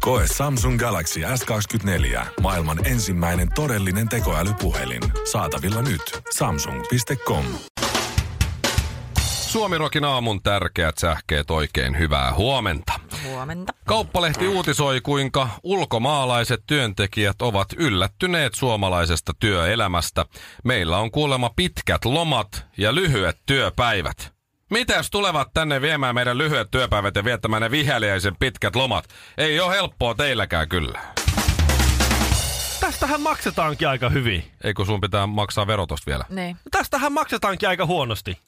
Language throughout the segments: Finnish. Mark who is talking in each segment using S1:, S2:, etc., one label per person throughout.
S1: Koe Samsung Galaxy S24. Maailman ensimmäinen todellinen tekoälypuhelin. Saatavilla nyt. Samsung.com.
S2: Suomirokin aamun tärkeät sähkeet oikein hyvää huomenta.
S3: Huomenta.
S2: Kauppalehti uutisoi, kuinka ulkomaalaiset työntekijät ovat yllättyneet suomalaisesta työelämästä. Meillä on kuulemma pitkät lomat ja lyhyet työpäivät. Mitäs tulevat tänne viemään meidän lyhyet työpäivät ja viettämään ne viheliäisen pitkät lomat? Ei ole helppoa teilläkään kyllä.
S4: Tästähän maksetaankin aika hyvin.
S2: Ei kun sun pitää maksaa verotosta vielä.
S3: Niin.
S4: Tästähän maksetaankin aika huonosti.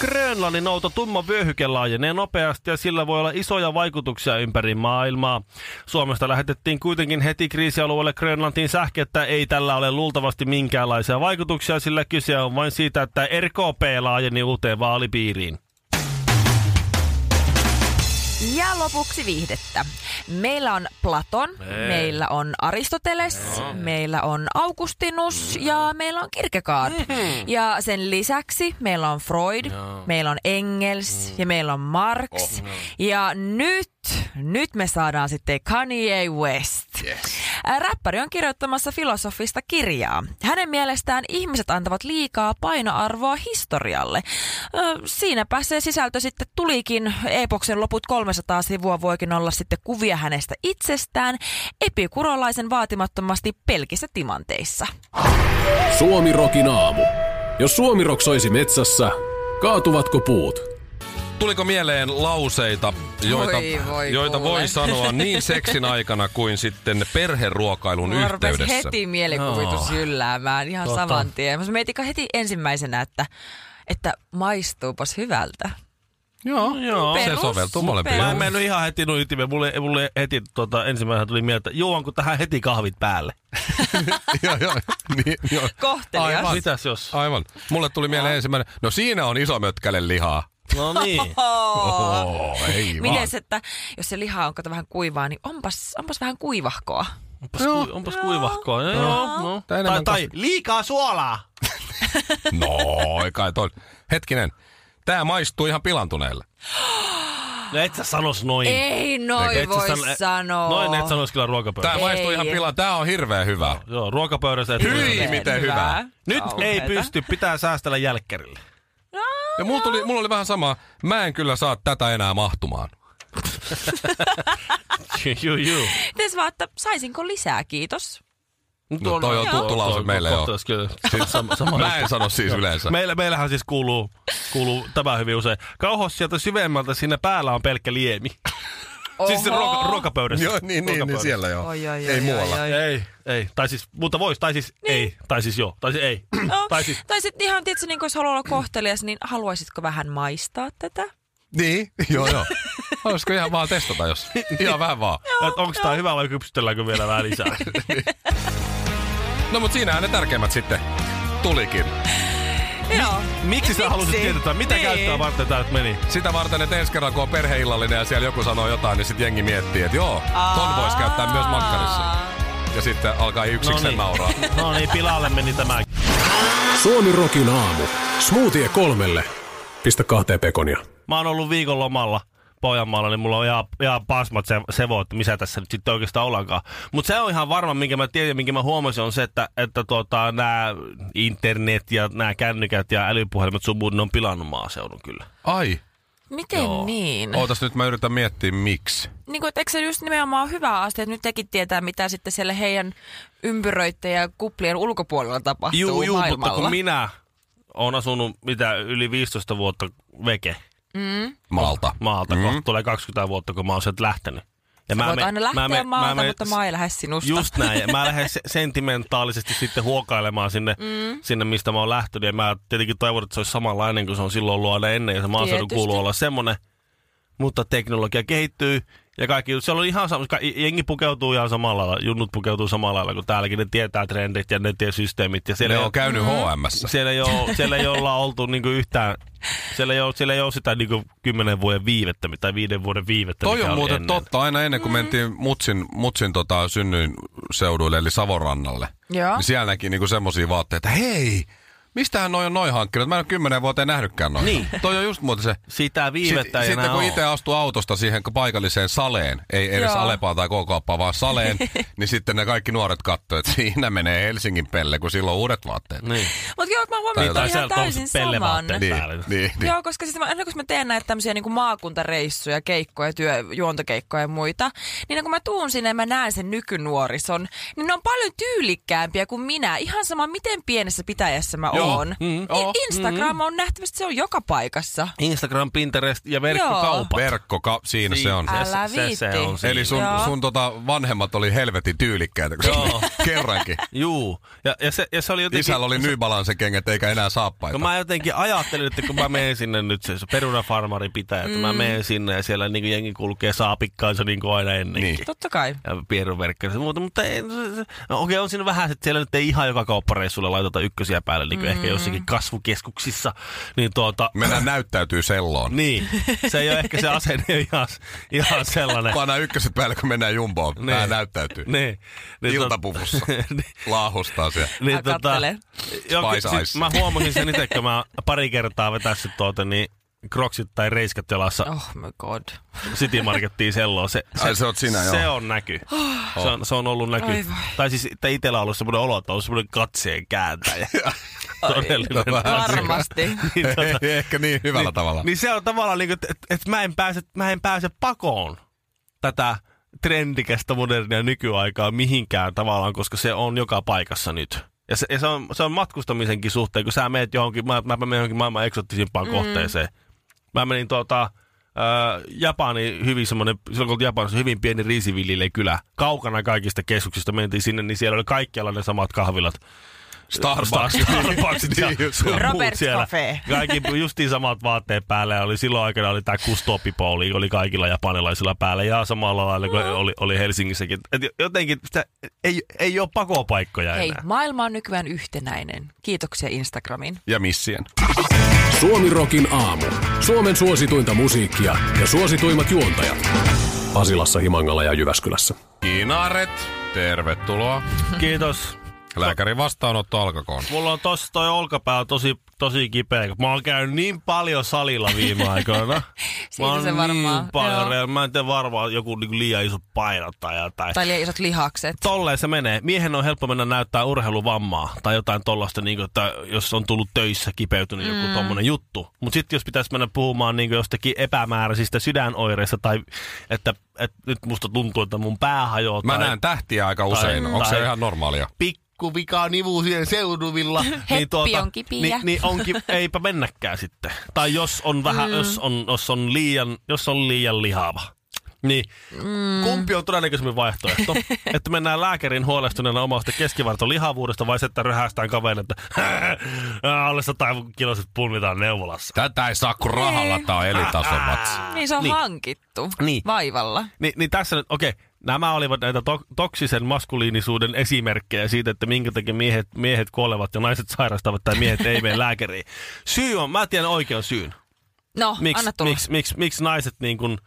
S4: Grönlannin nouto tumma vyöhyke laajenee nopeasti ja sillä voi olla isoja vaikutuksia ympäri maailmaa. Suomesta lähetettiin kuitenkin heti kriisialueelle Grönlantiin sähkö, että ei tällä ole luultavasti minkäänlaisia vaikutuksia, sillä kyse on vain siitä, että RKP laajeni uuteen vaalipiiriin.
S3: Ja lopuksi viihdettä. Meillä on Platon,
S4: Ei.
S3: meillä on Aristoteles, meillä on Augustinus ja meillä on Kierkegaard. Ja sen lisäksi meillä on Freud, meillä on Engels ja meillä on Marx. Ja nyt, nyt me saadaan sitten Kanye West. Ää, Räppäri on kirjoittamassa filosofista kirjaa. Hänen mielestään ihmiset antavat liikaa painoarvoa historialle. Ö, Siinäpä se sisältö sitten tulikin. Epoksen loput 300 sivua voikin olla sitten kuvia hänestä itsestään, epikurolaisen vaatimattomasti pelkissä timanteissa.
S5: Suomi Rokin aamu. Jos Suomi Rock soisi metsässä, kaatuvatko puut?
S2: Tuliko mieleen lauseita, joita,
S3: Voi, voi
S2: joita voi
S3: kuule.
S2: sanoa niin seksin aikana kuin sitten perheruokailun
S3: Mulla rupesi
S2: yhteydessä?
S3: heti mielikuvitus no. ylläämään ihan
S4: Totta.
S3: saman tien. Mä mietin heti ensimmäisenä, että, että maistuupas hyvältä.
S4: Joo, joo.
S2: Se soveltuu molempiin.
S4: Mä en mennyt ihan heti noin ytimeen. Mulle, mulle heti tota, ensimmäisenä tuli mieltä, että juonko tähän heti kahvit päälle.
S2: joo, joo. Niin, joo.
S3: Kohtelias.
S2: Aivan.
S4: Mitäs jos?
S2: Aivan. Mulle tuli mieleen ensimmäinen, no siinä on iso mötkäle lihaa.
S4: No niin.
S3: Oh.
S2: Oh, ei
S3: Miten se, että jos se liha on kato vähän kuivaa, niin onpas, onpas vähän kuivahkoa.
S4: Onpas, ku, onpas kuivahkoa. Joo, joo. No.
S2: Tai
S4: Tai,
S2: enemmän
S4: tai, tai liikaa suolaa.
S2: No, ei kai toi. Hetkinen. Tää maistuu ihan pilantuneelle.
S4: No et sä sanois noin.
S3: Ei noin
S4: Et sä
S3: voi
S4: sano-
S3: sanoa.
S4: Noin et sanois kyllä ruokapöydässä.
S2: Tää maistuu
S3: Ei.
S2: ihan pilan. Tää on hirveä hyvä.
S4: Joo, ruokapöydässä. et
S2: Hyi,
S4: voi sanoa.
S2: mit- miten hyvää.
S4: Nyt ei
S3: Kauheeta.
S4: pysty, pitää säästellä jälkkärille.
S2: Ja mulla, tuli, mulla oli vähän sama. Mä en kyllä saa tätä enää mahtumaan. No
S4: juu, juu.
S3: Mites vaan, että saisinko lisää, kiitos.
S2: No, toi on tuttu lause meille jo.
S4: kohtaus Kyllä. Sama, sama
S2: Mä en sano siis yleensä.
S4: Meillä, meillähän siis kuuluu, kuuluu tämä hyvin usein. Kauhos sieltä syvemmältä, siinä päällä on pelkkä liemi. siis se
S3: Oho.
S4: ruoka, ruokapöydässä.
S2: Joo, niin, niin, niin
S4: Ruokapöydässä.
S2: siellä joo.
S3: Oi, oi, oi,
S2: ei
S3: oi,
S2: muualla.
S3: oi.
S4: Ei, ei. Tai siis, mutta vois, tai siis niin. ei. Tai siis joo, tai siis ei.
S3: No,
S4: tai siis,
S3: tai sitten ihan tietysti, niin kun jos haluaa olla kohtelias, niin haluaisitko vähän maistaa tätä?
S2: Niin, joo joo. Olisiko ihan vaan testata jos? Ihan vähän vaan.
S4: että onko tämä hyvä vai kypsytelläänkö vielä vähän lisää?
S2: No mut siinähän ne tärkeimmät sitten tulikin.
S3: Joo.
S4: Miksi sä
S3: Miksi?
S4: halusit tietää, mitä
S3: Niin.
S4: käyttöä varten tää nyt meni?
S2: Sitä varten, että ensi kerralla kun on perheillallinen ja siellä joku sanoo jotain, niin sitten jengi miettii, että joo, ton voisi käyttää myös makkarissa. Ja sitten alkaa yksikseen
S4: No niin.
S2: nauraa.
S4: No niin, pilalle meni tämä.
S5: Suomi Rokin aamu. Smoothie kolmelle. Pistä kahteen pekonia.
S4: Mä oon ollut viikon lomalla Pohjanmaalla, niin mulla on ihan, ihan pasmat se, sevo, että missä tässä nyt sitten oikeastaan ollaankaan. Mutta se on ihan varma, minkä mä tiedän, minkä mä huomasin, on se, että, että tuota, nämä internet ja nämä kännykät ja älypuhelimet sun muun, ne on pilannut maaseudun kyllä.
S2: Ai,
S3: Miten niin?
S2: ootas nyt mä yritän miettiä miksi.
S3: Niin kuin, että eikö se just nimenomaan ole hyvä asia, että nyt tekin tietää, mitä sitten siellä heidän ympyröitten ja kuplien ulkopuolella tapahtuu
S4: Juu, juu, mutta
S3: maailmalla.
S4: kun minä oon asunut mitä yli 15 vuotta veke
S2: Maalta.
S4: maalta, mm. kohta tulee 20 vuotta, kun mä oon sieltä lähtenyt. Ja
S3: Mä Voit
S4: men-
S3: aina lähteä
S4: men-
S3: maalta,
S4: men-
S3: mutta mä en lähde sinusta.
S4: Just näin. Ja Mä lähden se- sentimentaalisesti sitten huokailemaan sinne, mm. sinne, mistä mä oon lähtenyt. Ja mä tietenkin toivon, että se olisi samanlainen kuin se on silloin ollut aina ennen. Ja se maaseudun
S3: Tietysti.
S4: kuuluu olla semmoinen. Mutta teknologia kehittyy Ja kaikki, siellä on ihan sama, ka- jengi pukeutuu ihan samalla lailla, junnut pukeutuu samalla lailla, kun täälläkin ne tietää trendit ja ne tie systeemit. Ja siellä
S2: Ne
S4: ei Mm-hmm.
S2: on käynyt HMssä.
S4: siellä ei, ole, siellä ei olla oltu niinku yhtään, siellä ei ole, siellä ei ole sitä niinku kymmenen vuoden viivettä tai viiden vuoden viivettä,
S2: Toi
S4: mikä
S2: on
S4: oli
S2: muuten
S4: ennen.
S2: totta. Aina ennen
S3: Mm.
S2: kuin mentiin Mutsin, mutsin tota, synnyin seuduille, eli Savorannalle,
S3: Joo.
S2: niin siellä näki niinku semmosia vaatteita, että hei, mistähän noi on noin hankkinut? Mä en ole kymmenen vuoteen nähnytkään noin. Niin. Toi on just muuten se.
S4: Sitä viivettä ei
S2: sitten
S4: enää
S2: kun
S4: ole.
S2: itse astuu autosta siihen paikalliseen saleen, ei edes
S3: Joo.
S2: Alepaan tai K-kauppaan, vaan saleen, niin sitten ne kaikki nuoret katsoo, että siinä menee Helsingin pelle, kun sillä on uudet vaatteet.
S4: Niin.
S3: Mutta joo, mä huomioon, että
S4: Tai
S3: on ihan
S4: siellä
S3: täysin
S4: tommoset
S3: saman.
S4: pellevaatteet
S2: Niin,
S4: päällä.
S2: niin, niin.
S3: Joo, koska siis mä, aina kun mä teen näitä tämmöisiä niin maakuntareissuja, keikkoja, työ, juontokeikkoja ja muita, niin aina kun mä tuun sinne ja mä näen sen nykynuorison, niin ne on paljon tyylikkäämpiä kuin minä. Ihan sama, miten pienessä pitäjässä mä
S2: Joo,
S3: oon.
S2: mm,
S3: Niin
S2: joo,
S3: Instagram on nähtävästi, se on joka paikassa.
S4: Instagram, Pinterest ja verkkokaupat.
S2: Verkkoka, siinä se on.
S4: Siinä
S3: Älä
S4: se- se- se
S3: viitti.
S4: on siinä.
S2: Eli sun,
S3: Joo.
S2: sun tota, vanhemmat oli helvetin tyylikkäitä, kun
S4: Joo.
S2: sä- kerrankin.
S4: Juu. Ja, ja, se, ja se oli jotenkin...
S2: Isällä oli New Balance kengät eikä enää saappaita.
S4: No mä jotenkin ajattelin, että kun mä menen sinne nyt, se, se perunafarmari pitää, että
S2: Mm.
S4: mä menen sinne ja siellä niin jengi kulkee saapikkaansa niin kuin aina ennenkin.
S2: Niin.
S3: Totta kai.
S4: ja pieruverkkari ja muuta, mutta ei, no se- se- no okei, on siinä vähän, että siellä nyt ei ihan joka kauppareissulla laiteta ykkösiä päälle, niin kuin ehkä jossakin kasvukeskuksissa, niin tuota,
S2: Mennään näyttäytyy selloon.
S4: niin, se ei ole ehkä se asenne ihan, ihan sellainen.
S2: Pannaan ykköset päälle, kun mennään jumboon. Pää
S4: Niin.
S2: näyttäytyy.
S4: niin, niin,
S2: Iltapuvussa.
S4: niin,
S2: Laahustaa siellä.
S4: niin,
S3: Mä kattelen.
S4: joo, ky-
S2: Spice
S4: siis
S2: Ice.
S4: mä huomasin sen itse, kun mä pari kertaa vetässyt tuota, niin kroksit tai reiskat jalassa
S3: Oh my god.
S4: City Markettiin selloon. Se,
S2: Ai, se oot sinä,
S4: Niin. se
S2: joo. Ah.
S4: on näky. Se on, se on ollut näky.
S3: Ai voi.
S4: Tai siis että itellä on ollut semmoinen olo, että on semmoinen katseen kääntäjä. Todellinen.
S3: Varmasti.
S4: Niin, tota,
S2: Ei, ehkä niin hyvällä tavalla.
S4: niin se on tavallaan niin kuin, että et mä, en pääse, mä en pääse pakoon tätä trendikästä modernia nykyaikaa mihinkään tavallaan, koska se on joka paikassa nyt. Ja se, ja se, on, se on matkustamisenkin suhteen, kun sä meet johonkin, mä, mäpä menen johonkin maailman eksoottisimpaan mm. kohteeseen. Mä menin tuota, ää, Japani hyvin semmoinen, silloin kun oltiin Japanissa hyvin pieni riisiviljelijäkylä. Kaukana kaikista keskuksista mentiin sinne, niin siellä oli kaikkialla ne samat kahvilat.
S2: Starbucks.
S4: Starbucks
S2: Niin
S4: ja
S2: just.
S4: sun
S3: Robert's
S4: muut siellä.
S3: Cafe.
S4: Kaikki justiin samat vaatteet päällä ja oli silloin aikana oli tämä kustopipooli, oli kaikilla japanilaisilla päällä ja samalla lailla kuin oli, oli Helsingissäkin. Et jotenkin sitä ei, ei ole pakopaikkoja
S3: Hei,
S4: enää.
S3: maailma on nykyään yhtenäinen. Kiitoksia Instagramin.
S2: Ja missien.
S5: Suomirokin aamu. Suomen suosituinta musiikkia ja suosituimmat juontajat. Pasilassa, Himangalla ja Jyväskylässä.
S2: Kinaret, tervetuloa.
S4: Kiitos.
S2: Lääkärin vastaanotto alkakoon.
S4: Mulla on tossa toi olkapää tosi, tosi kipeä. kun Mä oon käynyt niin paljon salilla viime aikoina.
S3: Siitä
S4: mä oon
S3: se varmaan,
S4: Niin paljon,
S3: joo.
S4: re- mä en tiedä varmaan joku niinku liian iso painottaa jotain.
S3: Tai liian isot lihakset.
S4: tolleen se menee. Miehen on helppo mennä näyttää urheiluvammaa tai jotain tollasta, niin kuin, että jos on tullut töissä kipeytynyt joku tommonen juttu. Mutta sitten jos pitäisi mennä puhumaan niin kuin jostakin epämääräisistä sydänoireista tai että, että nyt musta tuntuu, että mun pää hajoaa.
S2: Mä
S4: tai
S2: näen tähtiä aika usein.
S4: tai-
S2: Onko se
S4: tai-
S2: ihan normaalia?
S4: pikku vika nivu siellä seuduvilla.
S3: Heppi on kipiä.
S4: Niin, niin onkin, eipä mennäkään sitten. Tai jos on vähän, mm. jos, on, jos, on liian, jos on liian lihava. Niin, mm. kumpi on todennäköisemmin vaihtoehto? että mennään lääkärin huolestuneena omasta keskivarton lihavuudesta vai se, että röhästään kaverin, että alle 100 kiloiset pulmitaan neuvolassa.
S2: Tätä ei saa kuin rahalla, tää on elintason matsi.
S3: Niin se on
S4: Niin.
S3: hankittu
S4: Niin.
S3: vaivalla.
S4: Ni, niin tässä nyt, okei, nämä olivat näitä to- toksisen maskuliinisuuden esimerkkejä siitä, että minkä takia miehet, miehet kuolevat ja naiset sairastavat tai miehet ei mene lääkäriin. Syy on, mä tiedän oikean syyn.
S3: No,
S4: Miksi
S3: anna tulla.
S4: miksi, miksi, miksi naiset niin kuin,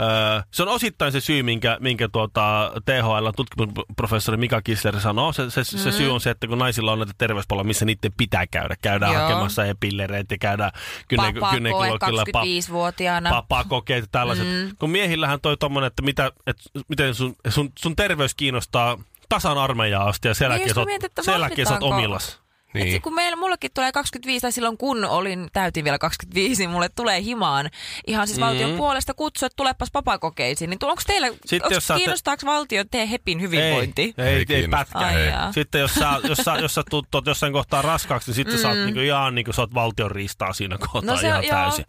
S4: öö, se on osittain se syy, minkä, minkä tuota, THL tutkimusprofessori Mika Kisler sanoo. Se, se, se syy on se, että kun naisilla on näitä terveyspalveluja, missä niiden pitää käydä. Käydään
S3: Joo.
S4: Joo. hakemassa epillereitä ja käydään
S3: Papakoe
S4: gynekologilla.
S3: 25-vuotiaana.
S4: Papakokeet ja tällaiset. Mm. Kun miehillähän toi tommonen, että mitä, et, miten sun, sun, sun terveys kiinnostaa tasan armeijaa asti ja sen
S3: Niin,
S4: jälkeen
S3: just
S4: sä
S3: mä
S4: oot-
S3: mietin, että
S4: sen jälkeen sä oot
S3: vahditaanko-
S4: omillas.
S3: Niin.
S2: Niin.
S3: Et kun meillä, mullekin tulee 25, tai silloin kun olin, täytin vielä 25, niin mulle tulee himaan ihan
S4: Mm.
S3: siis valtion puolesta kutsu, että tulelepas papakokeisiin. Niin tu- onko teillä,
S4: Sitten
S3: onks,
S4: jos saatte-
S3: kiinnostaako valtio tee hepin hyvinvointi?
S4: Ei, ei, ei, ei
S2: kiinnosta.
S4: pätkää.
S3: Ai
S2: Ei.
S3: jaa.
S4: Sitten jos sä, jos sä, jos sä tuut, tuot jossain kohtaa raskaaksi, niin sitten mm. sä oot niinku, ihan niinku, sä oot valtion riistaa siinä kohtaa
S3: No se-
S4: ihan
S3: joo.
S4: täysin.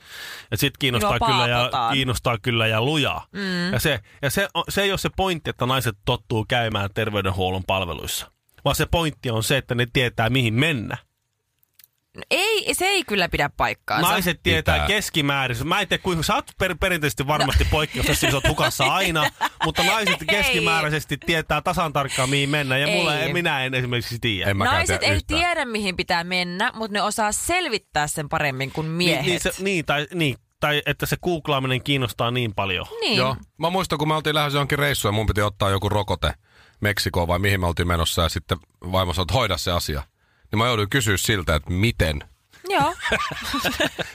S4: Ja sit kiinnostaa
S3: Joo,
S4: kyllä ja,
S3: paapotaan.
S4: kiinnostaa kyllä ja lujaa. Mm. Ja, se, ja se, on- se ei ole se pointti, että naiset tottuu käymään terveydenhuollon palveluissa. Vaan se pointti on se, että ne tietää mihin mennä.
S3: No ei, se ei kyllä pidä paikkaansa.
S4: Naiset tietää
S2: Pitää.
S4: keskimäärin. Mä en tiedä, kuinka sä oot per, perinteisesti varmasti no. poikkeus, jos siis oot hukassa aina, mutta naiset
S3: Ei.
S4: keskimääräisesti tietää tasan tarkkaan, mihin mennään. Ja
S3: Ei.
S4: mulle, minä en esimerkiksi tiedä.
S2: En mäkään
S3: Naiset ei
S2: yhtään.
S3: tiedä, mihin pitää mennä, mutta ne osaa selvittää sen paremmin kuin miehet.
S4: Niin, niin, se, niin, tai, niin, tai että se googlaaminen kiinnostaa niin paljon.
S3: niin.
S2: Joo. Mä muistan, kun me oltiin lähes johonkin reissuun ja mun piti ottaa joku rokote Meksikoon vai mihin me oltiin menossa ja sitten vaimo sanoi, että hoida se asia. Niin mä jouduin kysyä siltä, että miten.
S3: Joo.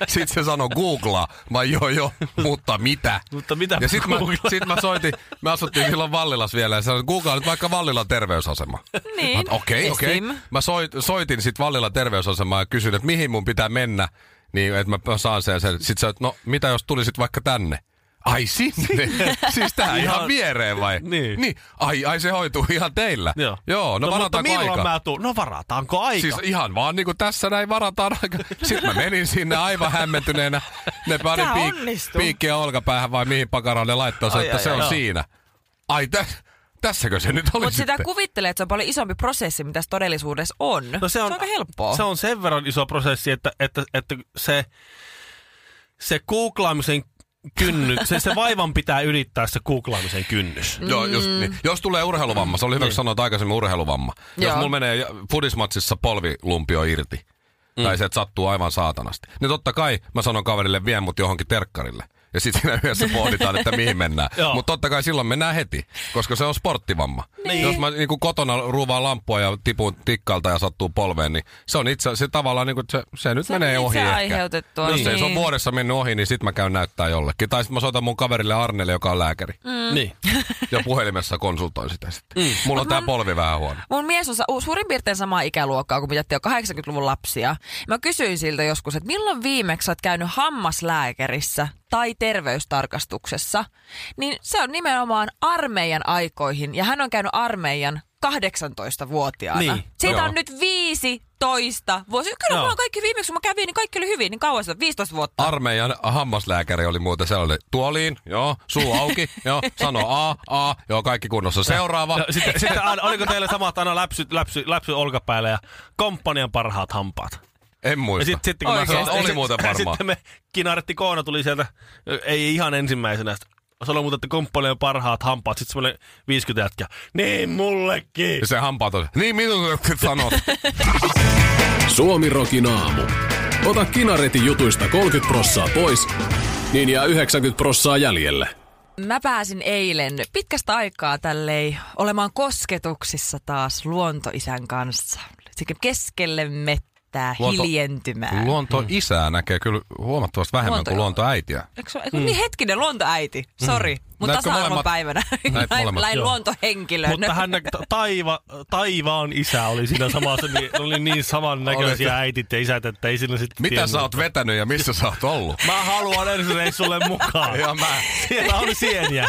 S2: Sitten se sanoi googlaa. Mä joo joo, mutta mitä?
S4: Mutta mitä
S2: Ja sit mä,
S4: googlaan?
S2: sit mä soitin, me asuttiin silloin Vallilas vielä ja sanoin, että googlaa nyt vaikka Vallilan terveysasema.
S3: Niin.
S2: Mä oon, Okei, okei.
S3: Esim.
S2: Mä soit, soitin sit Vallilan terveysasemaan ja kysyin, että mihin mun pitää mennä, niin että mä saan sen. ja sen. Sit sä, oot, no mitä jos tulisit vaikka tänne? Ai sinne? siis tää ihan, ihan
S4: Ihan-
S2: viereen vai?
S4: Niin.
S2: niin. Ai, ai se hoituu ihan teillä.
S4: Joo.
S2: Joo no, no
S4: mutta
S2: varataanko
S4: milloin
S2: aika?
S4: mä tuun? No varataanko aika?
S2: Siis ihan vaan niin kuin tässä näin varataan aika. Sitten mä menin sinne aivan hämmentyneenä. Ne pari
S3: Tää
S2: piik-
S3: onnistuu.
S2: piikkiä olkapäähän vai mihin pakaraan ne laittoi sen,
S4: Ai,
S2: että
S4: ai,
S2: se
S4: ai,
S2: on
S4: joo.
S2: siinä. Ai tä- tässäkö se nyt oli
S3: Mutta sitä
S2: sitten?
S3: kuvittelee, että se on paljon isompi prosessi, mitä se todellisuudessa on.
S4: No se on,
S3: se on aika helppoa.
S4: Se on sen verran iso prosessi, että, että, että se, se googlaamisen kynnys, se, se vaivan pitää ylittää se googlaamisen kynnys.
S2: Joo, just
S4: Mm.
S2: niin. Jos tulee urheiluvamma, se oli
S4: Niin.
S2: hyvä, kun sanoit aikaisemmin urheiluvamma. Jos
S3: Joo.
S2: mulla menee fudismatsissa polvilumpio irti,
S4: Mm.
S2: tai se, että sattuu aivan saatanasti. Niin totta kai mä sanon kaverille, vie mut johonkin terkkarille. Ja sitten siinä yhdessä pohditaan, että mihin mennään.
S4: Joo.
S2: Mutta totta kai silloin mennään heti, koska se on sporttivamma.
S4: Niin.
S2: Jos mä niin kuin kotona ruuvaan lamppua ja tipun tikkalta ja sattuu polveen, niin se on itse se tavallaan, niin kuin, se, se nyt
S3: Se on
S2: menee
S3: itse
S2: ohi
S3: aiheutettua,
S2: Jos ei se on
S3: niin.
S2: vuodessa mennyt ohi, niin sit mä käyn näyttää jollekin. Tai sitten mä soitan mun kaverille Arnelle, joka on lääkäri.
S4: Mm. Niin.
S2: Ja puhelimessa konsultoin sitä sitten. Mm. Mulla on tää polvi vähän huono.
S3: Mun mies on sa- u- suurin piirtein samaa ikäluokkaa kuin mitä te on 80-luvun lapsia. Mä kysyin siltä joskus, että milloin viimeksi sä oot käynyt hammaslääkärissä tai terveystarkastuksessa. Niin se on nimenomaan armeijan aikoihin ja hän on käynyt armeijan 18-vuotiaana.
S4: Niin,
S3: Siitä
S2: joo.
S3: on nyt 15 vuosi. Kyllä
S4: Joo.
S3: mulla on kaikki viimeksi, kun mä kävin, niin kaikki oli hyvin, niin kauan sitä 15 vuotta.
S2: Armeijan hammaslääkäri oli muuten sellainen, tuoliin, joo, suu auki, joo, sano A, A, joo, kaikki kunnossa. Seuraava.
S4: Ja No, sitten, sitten aina, oliko teillä samat aina läpsy, läpsy, läpsy olkapäällä ja komppanian parhaat hampaat?
S2: En
S4: Ja
S2: muista.
S4: no, sit, sitten kun mä
S2: Oikeesti?
S4: sanoin-
S2: Oli muuten varmaan.
S4: Sitten me kinaretti Koona tuli sieltä, ei ihan ensimmäisenä. Se oli muuten, että komppanian parhaat hampaat. Sitten semmoinen 50 jätkä. Niin mullekin!
S2: Ja se hampaat on, niin minulle sanot.
S5: Suomi Rokin aamu. Ota kinaretin jutuista 30 prossaa pois, niin jää 90 prossaa jäljelle.
S3: Mä pääsin eilen pitkästä aikaa tällei olemaan kosketuksissa taas luontoisän kanssa. Sekä keskelle mettää
S2: Luonto-
S3: Luonto... hiljentymään. Luon...
S4: Hmm.
S2: Luonto isää näkee kyllä huomattavasti vähemmän
S3: Luonto-
S2: kuin luonto äitiä.
S3: Eikö, se ole- eikö, mm. Niin hetkinen, luontoäiti, sori. Mm. Mutta
S2: Näetkö
S3: tasa-arvon
S2: molemmat-
S3: päivänä
S2: Näet
S3: näin,
S2: molemmat,
S3: näin
S4: joo.
S3: luontohenkilön.
S4: Mutta hän näki, ta- taiva, taivaan isä oli siinä samassa, niin, oli niin samannäköisiä
S2: Olet-
S4: äitit ja isät, että ei siinä sitten
S2: Mitä
S4: tiennyt.
S2: sä oot vetänyt ja missä sä oot ollut?
S4: Mä haluan ensi reissulle mukaan.
S2: Ja mä.
S4: Siellä on sieniä.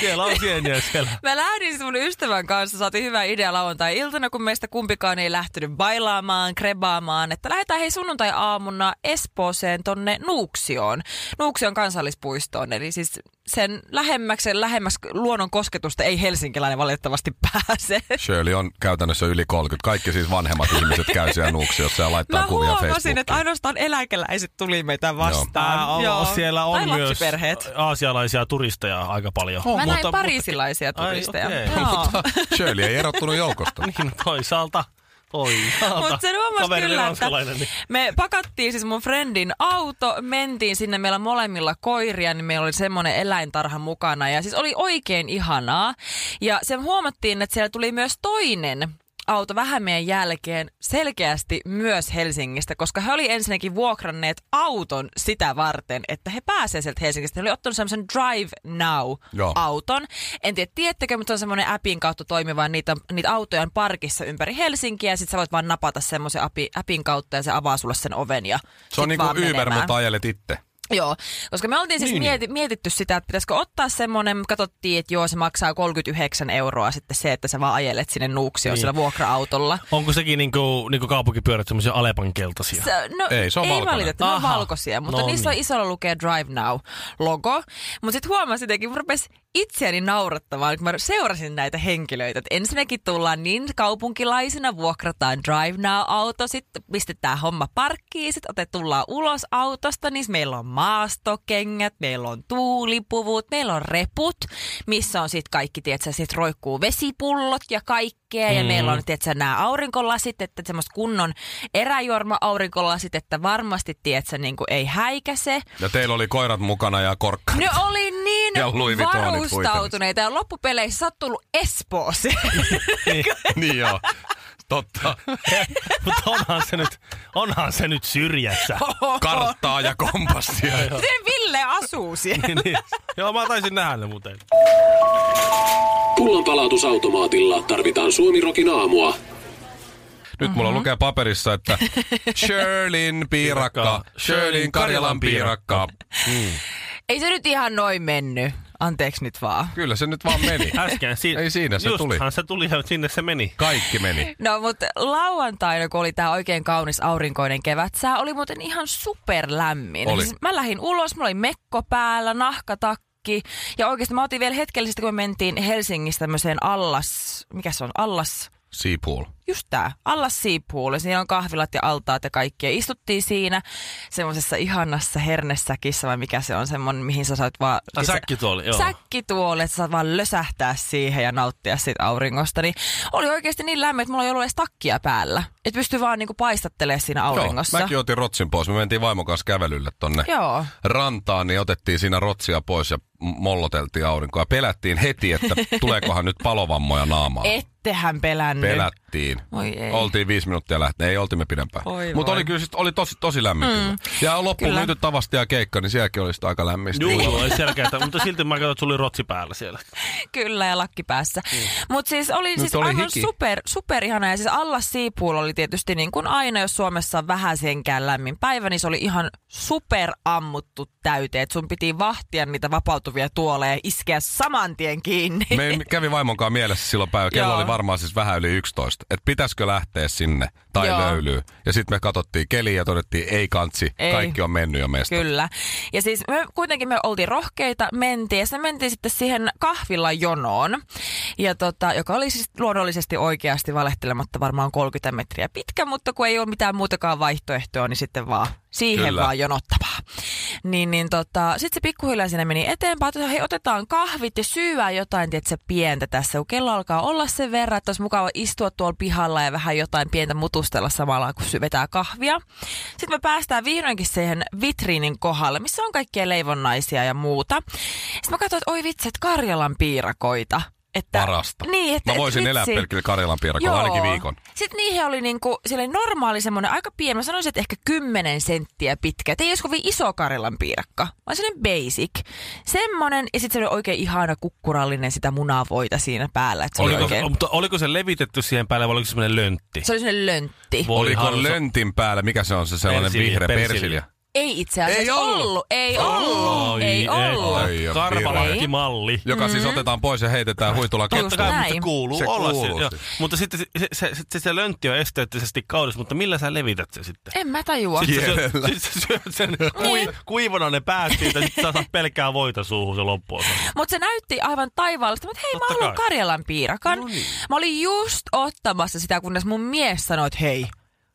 S4: Siellä on sieniä siellä.
S3: Mä lähdin sit mun ystävän kanssa, saatiin hyvä idea lauantai-iltana, kun meistä kumpikaan ei lähtenyt bailaamaan, krebaamaan, että lähdetään hei sunnuntai-aamuna Espooseen tonne Nuuksioon, Nuuksion kansallispuistoon, eli siis sen lähemmäksi, lähemmäs luonnon kosketusta ei helsinkiläinen valitettavasti pääse.
S2: Shirley on käytännössä yli 30. Kaikki siis vanhemmat ihmiset käy siellä nuuksiossa ja laittaa
S3: Mä
S2: kuvia
S3: huomasin, että ainoastaan eläkeläiset tuli meitä vastaan.
S4: Joo. Siellä on
S3: tai
S4: myös
S3: lapsiperheet.
S4: aasialaisiä turisteja aika paljon.
S3: Mä näin pariisilaisia
S4: Ai,
S3: turisteja.
S4: okei.
S3: Joo.
S2: Facebookiin. Shirley ei erottunut joukosta.
S4: Niin, toisaalta. Toisaalta.
S3: Mutta se huomasi
S4: Kaveri oli
S3: kyllä, että
S4: ranskalainen, niin.
S3: me pakattiin siis mun friendin auto, mentiin sinne, meillä molemmilla koiria, niin meillä oli semmoinen eläintarha mukana ja siis oli oikein ihanaa. Ja sen huomattiin, että siellä tuli myös toinen auto vähän meidän jälkeen selkeästi myös Helsingistä, koska he oli ensinnäkin vuokranneet auton sitä varten, että he pääsevät sieltä Helsingistä. He oli ottanut semmoisen Drive
S2: Joo.
S3: Now-auton auton. En tiedä, tiettäkö, mutta se on semmoinen appin kautta toimiva. Niitä, niitä autoja on parkissa ympäri Helsinkiä ja sit sä voit vaan napata semmoisen api, appin kautta ja se avaa sulle sen oven. Ja
S2: Se on
S3: sit
S2: niin kuin
S3: vaan
S2: Uber,
S3: menemään.
S2: mutta ajelet itse.
S3: Joo, koska me oltiin siis niin, mieti, mietitty sitä, että pitäisikö ottaa semmoinen, mutta katsottiin, että joo, se maksaa 39 euroa sitten se, että sä vaan ajelet sinne nuuksioon niin. sillä vuokra-autolla.
S4: Onko sekin niinku, niinku kaupunkipyörät semmoisia Alepan keltaisia?
S3: Se, no,
S2: Ei, se on
S3: ei
S2: valkoinen.
S3: valitettavasti, ne on
S4: Aha.
S3: valkoisia, mutta
S4: No
S3: no niissä
S4: niin.
S3: on isolla lukee Drive Now-logo. Mutta sitten huomasin jotenkin, kun rupesi itseäni naurattavaa, kun mä seurasin näitä henkilöitä. Että ensinnäkin tullaan niin kaupunkilaisena, vuokrataan drive now auto, sitten pistetään homma parkkiin, sitten ote, tullaan ulos autosta, niin meillä on maastokengät, meillä on tuulipuvut, meillä on reput, missä on sitten kaikki, tietsä, sit roikkuu vesipullot ja kaikkea. Ja meillä on, tietsä, nämä aurinkolasit, että semmoista kunnon eräjuorma-aurinkolasit, että varmasti, tietsä, niin ei häikäse.
S2: Ja teillä oli koirat mukana ja korkka.
S3: Ne oli niin
S2: Ja Louis Vuittonit
S3: varustautuneita ja loppupeleissä sä oot tullut Espooseen.
S2: niin joo. Totta.
S4: Mutta onhan se nyt, onhan se nyt syrjässä.
S2: Karttaa ja kompassia.
S3: Miten Ville asuu siellä?
S4: Niin, niin. Joo, mä taisin nähdä ne muuten.
S5: Kullanpalautusautomaatilla tarvitaan Suomirokin aamua.
S2: Nyt mulla
S3: Mm-hmm.
S2: lukee paperissa, että Shirleyn piirakka, Shirleyn Karjalan piirakka.
S3: Ei se nyt ihan noin mennyt. Anteeksi nyt vaan.
S2: Kyllä se nyt vaan meni.
S4: Äsken si-
S2: Ei siinä, se tuli.
S4: Justhan se tuli ja sinne se meni.
S2: Kaikki meni.
S3: No mutta lauantaina, kun oli tää oikein kaunis aurinkoinen kevätsää, oli muuten ihan superlämmin. Siis
S2: Oli.
S3: mä lähdin ulos, mulla oli mekko päällä, nahkatakki. Ja oikeasti mä otin vielä hetkellisesti, kun me mentiin Helsingistä tämmöiseen allas, mikä se on, allas
S2: Seapool.
S3: just tää, alla siipuulle. Siinä on kahvilat ja altaat ja kaikki. Ja istuttiin siinä semmoisessa ihanassa hernesäkissä, vai mikä se on semmoinen, mihin sä saat vaan...
S4: Ah, säkkituoli, joo.
S3: Säkkituoli, että sä saat vaan lösähtää siihen ja nauttia siitä auringosta. Niin oli oikeasti niin lämmin, että mulla ei ollut edes takkia päällä. Että pystyy vaan niinku paistattelemaan siinä auringossa.
S2: Joo, mäkin otin rotsin pois. Me mentiin vaimon kanssa kävelylle tonne
S3: Joo.
S2: rantaan, niin otettiin siinä rotsia pois ja m- molloteltiin aurinkoa. Pelättiin heti, että tuleekohan nyt palovammoja naamaan.
S3: Ettehän pelännyt.
S2: Pelättiin.
S3: Voi Niin. ei.
S2: Oltiin viisi minuuttia lähteä, ei oltiin me pidempään.
S3: Oi
S2: Mutta
S3: voi.
S2: oli kyllä sit, oli tosi, tosi lämmin. Mm. Ja loppuun
S3: Kyllä.
S2: myyty tavasti ja keikka, niin sielläkin oli sitä aika lämmistä. Niin.
S4: Juu, joo, ei selkeätä, mutta silti mä katsoin, että sulla oli rotsi päällä siellä.
S3: Kyllä ja lakki päässä. Mutta siis oli siis
S2: Mm. oli
S3: aivan
S2: hiki.
S3: super, super ihana. Ja siis alla siipuulla oli tietysti niin kuin aina, jos Suomessa on vähän senkään lämmin päivä, niin se oli ihan super ammuttu täyteen. Et sun piti vahtia niitä vapautuvia tuoleja ja iskeä saman tien kiinni.
S2: Me kävi vaimonkaan mielessä silloin päivä. Kello
S3: Joo.
S2: oli varmaan siis vähän yli 11. Että pitäisikö lähteä sinne tai
S3: Joo.
S2: löylyy. Ja sitten me katsottiin keliä ja todettiin, ei kantsi,
S3: Ei.
S2: kaikki on mennyt jo meistä.
S3: Kyllä. Ja siis me kuitenkin me oltiin rohkeita, mentiin ja sitten mentiin sitten siihen kahvilajonoon, ja tota, joka oli siis luonnollisesti oikeasti valehtelematta varmaan 30 metriä pitkä, mutta kun ei ole mitään muutakaan vaihtoehtoa, niin sitten vaan siihen
S2: Kyllä.
S3: Kyllä. vaan jonottamaan. Niin, niin tota, sitten se pikkuhiljaa siinä meni eteenpäin, että hei otetaan kahvit ja syyään jotain, tiedätkö, pientä tässä, kun kello alkaa olla sen verran, että olisi mukava istua tuolla pihalla ja vähän jotain pientä mutustella samalla, kun sy- vetää kahvia. Sitten me päästään vihdoinkin siihen vitriinin kohdalle, missä on kaikkia leivonnaisia ja muuta. Sitten mä katsoin, että oi vitsi, että Karjalan piirakoita. Että,
S2: Parasta.
S3: Niin, että,
S2: Mä voisin
S3: että
S2: elää
S3: vitsi.
S2: pelkillä Karjalan piirakoilla ainakin viikon.
S3: Sitten niihin oli niinku, siellä oli normaali semmoinen aika pieni, mä sanoisin, että ehkä 10 senttiä pitkä. Et ei olisi kovin iso Karjalan piirakka, vaan semmoinen basic. Semmoinen, ja sitten se oli oikein ihana kukkurallinen sitä munavoita siinä päällä. Et se oli,
S4: Oliko,
S3: oikein,
S4: mutta oliko se levitetty siihen päälle vai oliko se semmoinen löntti?
S3: se oli semmoinen löntti.
S4: Voi
S2: Oliko
S4: halusa.
S2: löntin päällä, mikä se on se sellainen
S4: Persilja,
S2: vihreä
S4: persilja.
S2: persilja?
S3: Ei itse asiassa
S2: Ei ollut.
S3: Ei ollut.
S4: Oi,
S3: ei ollut.
S2: Ai, ja
S4: Karvalakki
S3: pirre.
S4: malli.
S2: Joka siis
S3: Mm-hmm.
S2: otetaan pois ja heitetään huitulla
S4: Totta
S3: Just
S4: kai,
S3: Mm. näin.
S4: mutta se kuuluu
S2: Se
S4: olla
S2: kuuluu siis.
S4: se, joo.
S2: siihen.
S4: Mutta sitten se, se, se, se, se löntti on esteettisesti kaunis, mutta millä sä levität sen sitten?
S3: En mä tajua.
S4: Sitten sä, syöt,
S2: Kielellä.
S4: sit sä syöt sen
S3: Niin.
S4: kui, kuivana ne päät siitä, sit sä saat pelkkää voita suuhun se loppuosa.
S3: Mutta se näytti aivan taivaallista. Mutta hei,
S4: Totta
S3: mä haluan
S4: kai. No niin.
S3: Karjalan piirakan. Mä olin just ottamassa sitä, kunnes mun mies sanoi, että hei,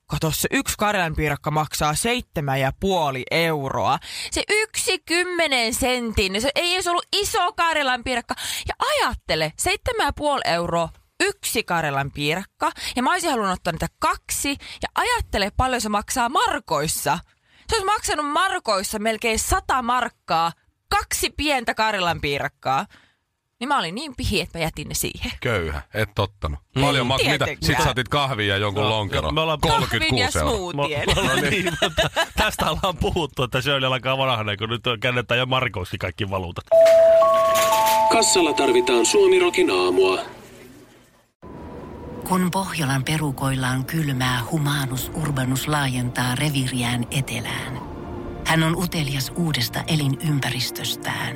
S3: kato se yksi Karjalan piirakka maksaa seitsemän ja puoli euroa. Se yksi kymmenen sentin, se ei edes ollut iso Karjalan piirakka. Ja ajattele, seitsemän ja puoli euroa yksi Karjalan piirakka. Ja mä olisin halunnut ottaa niitä kaksi. Ja ajattele, paljon se maksaa markoissa. Se olisi maksanut markoissa melkein 100 markkaa, kaksi pientä Karjalan piirakkaa. Niin mä olin niin pihi, että mä jätin ne siihen.
S2: Köyhä, et ottanut.
S4: Mm.
S2: Paljon mak- mitä?
S3: Tietenkään.
S2: Sitten saatit kahvia ja jonkun
S4: Joo,
S2: lonkeron.
S4: joo, No. me ollaan-
S3: Kahvin ja
S2: 36 euroa.
S3: smoothien.
S4: Mä- mä
S2: No
S4: olen niin, mutta tästä ollaan puhuttu, että Shirley alkaa vanhaneen, kun nyt käännetään jo Markoiksi kaikki valuutat.
S5: Kassalla tarvitaan Suomirokin aamua.
S6: Kun Pohjolan perukoilla on kylmää, humanus urbanus laajentaa reviriään etelään. Hän on utelias uudesta elinympäristöstään.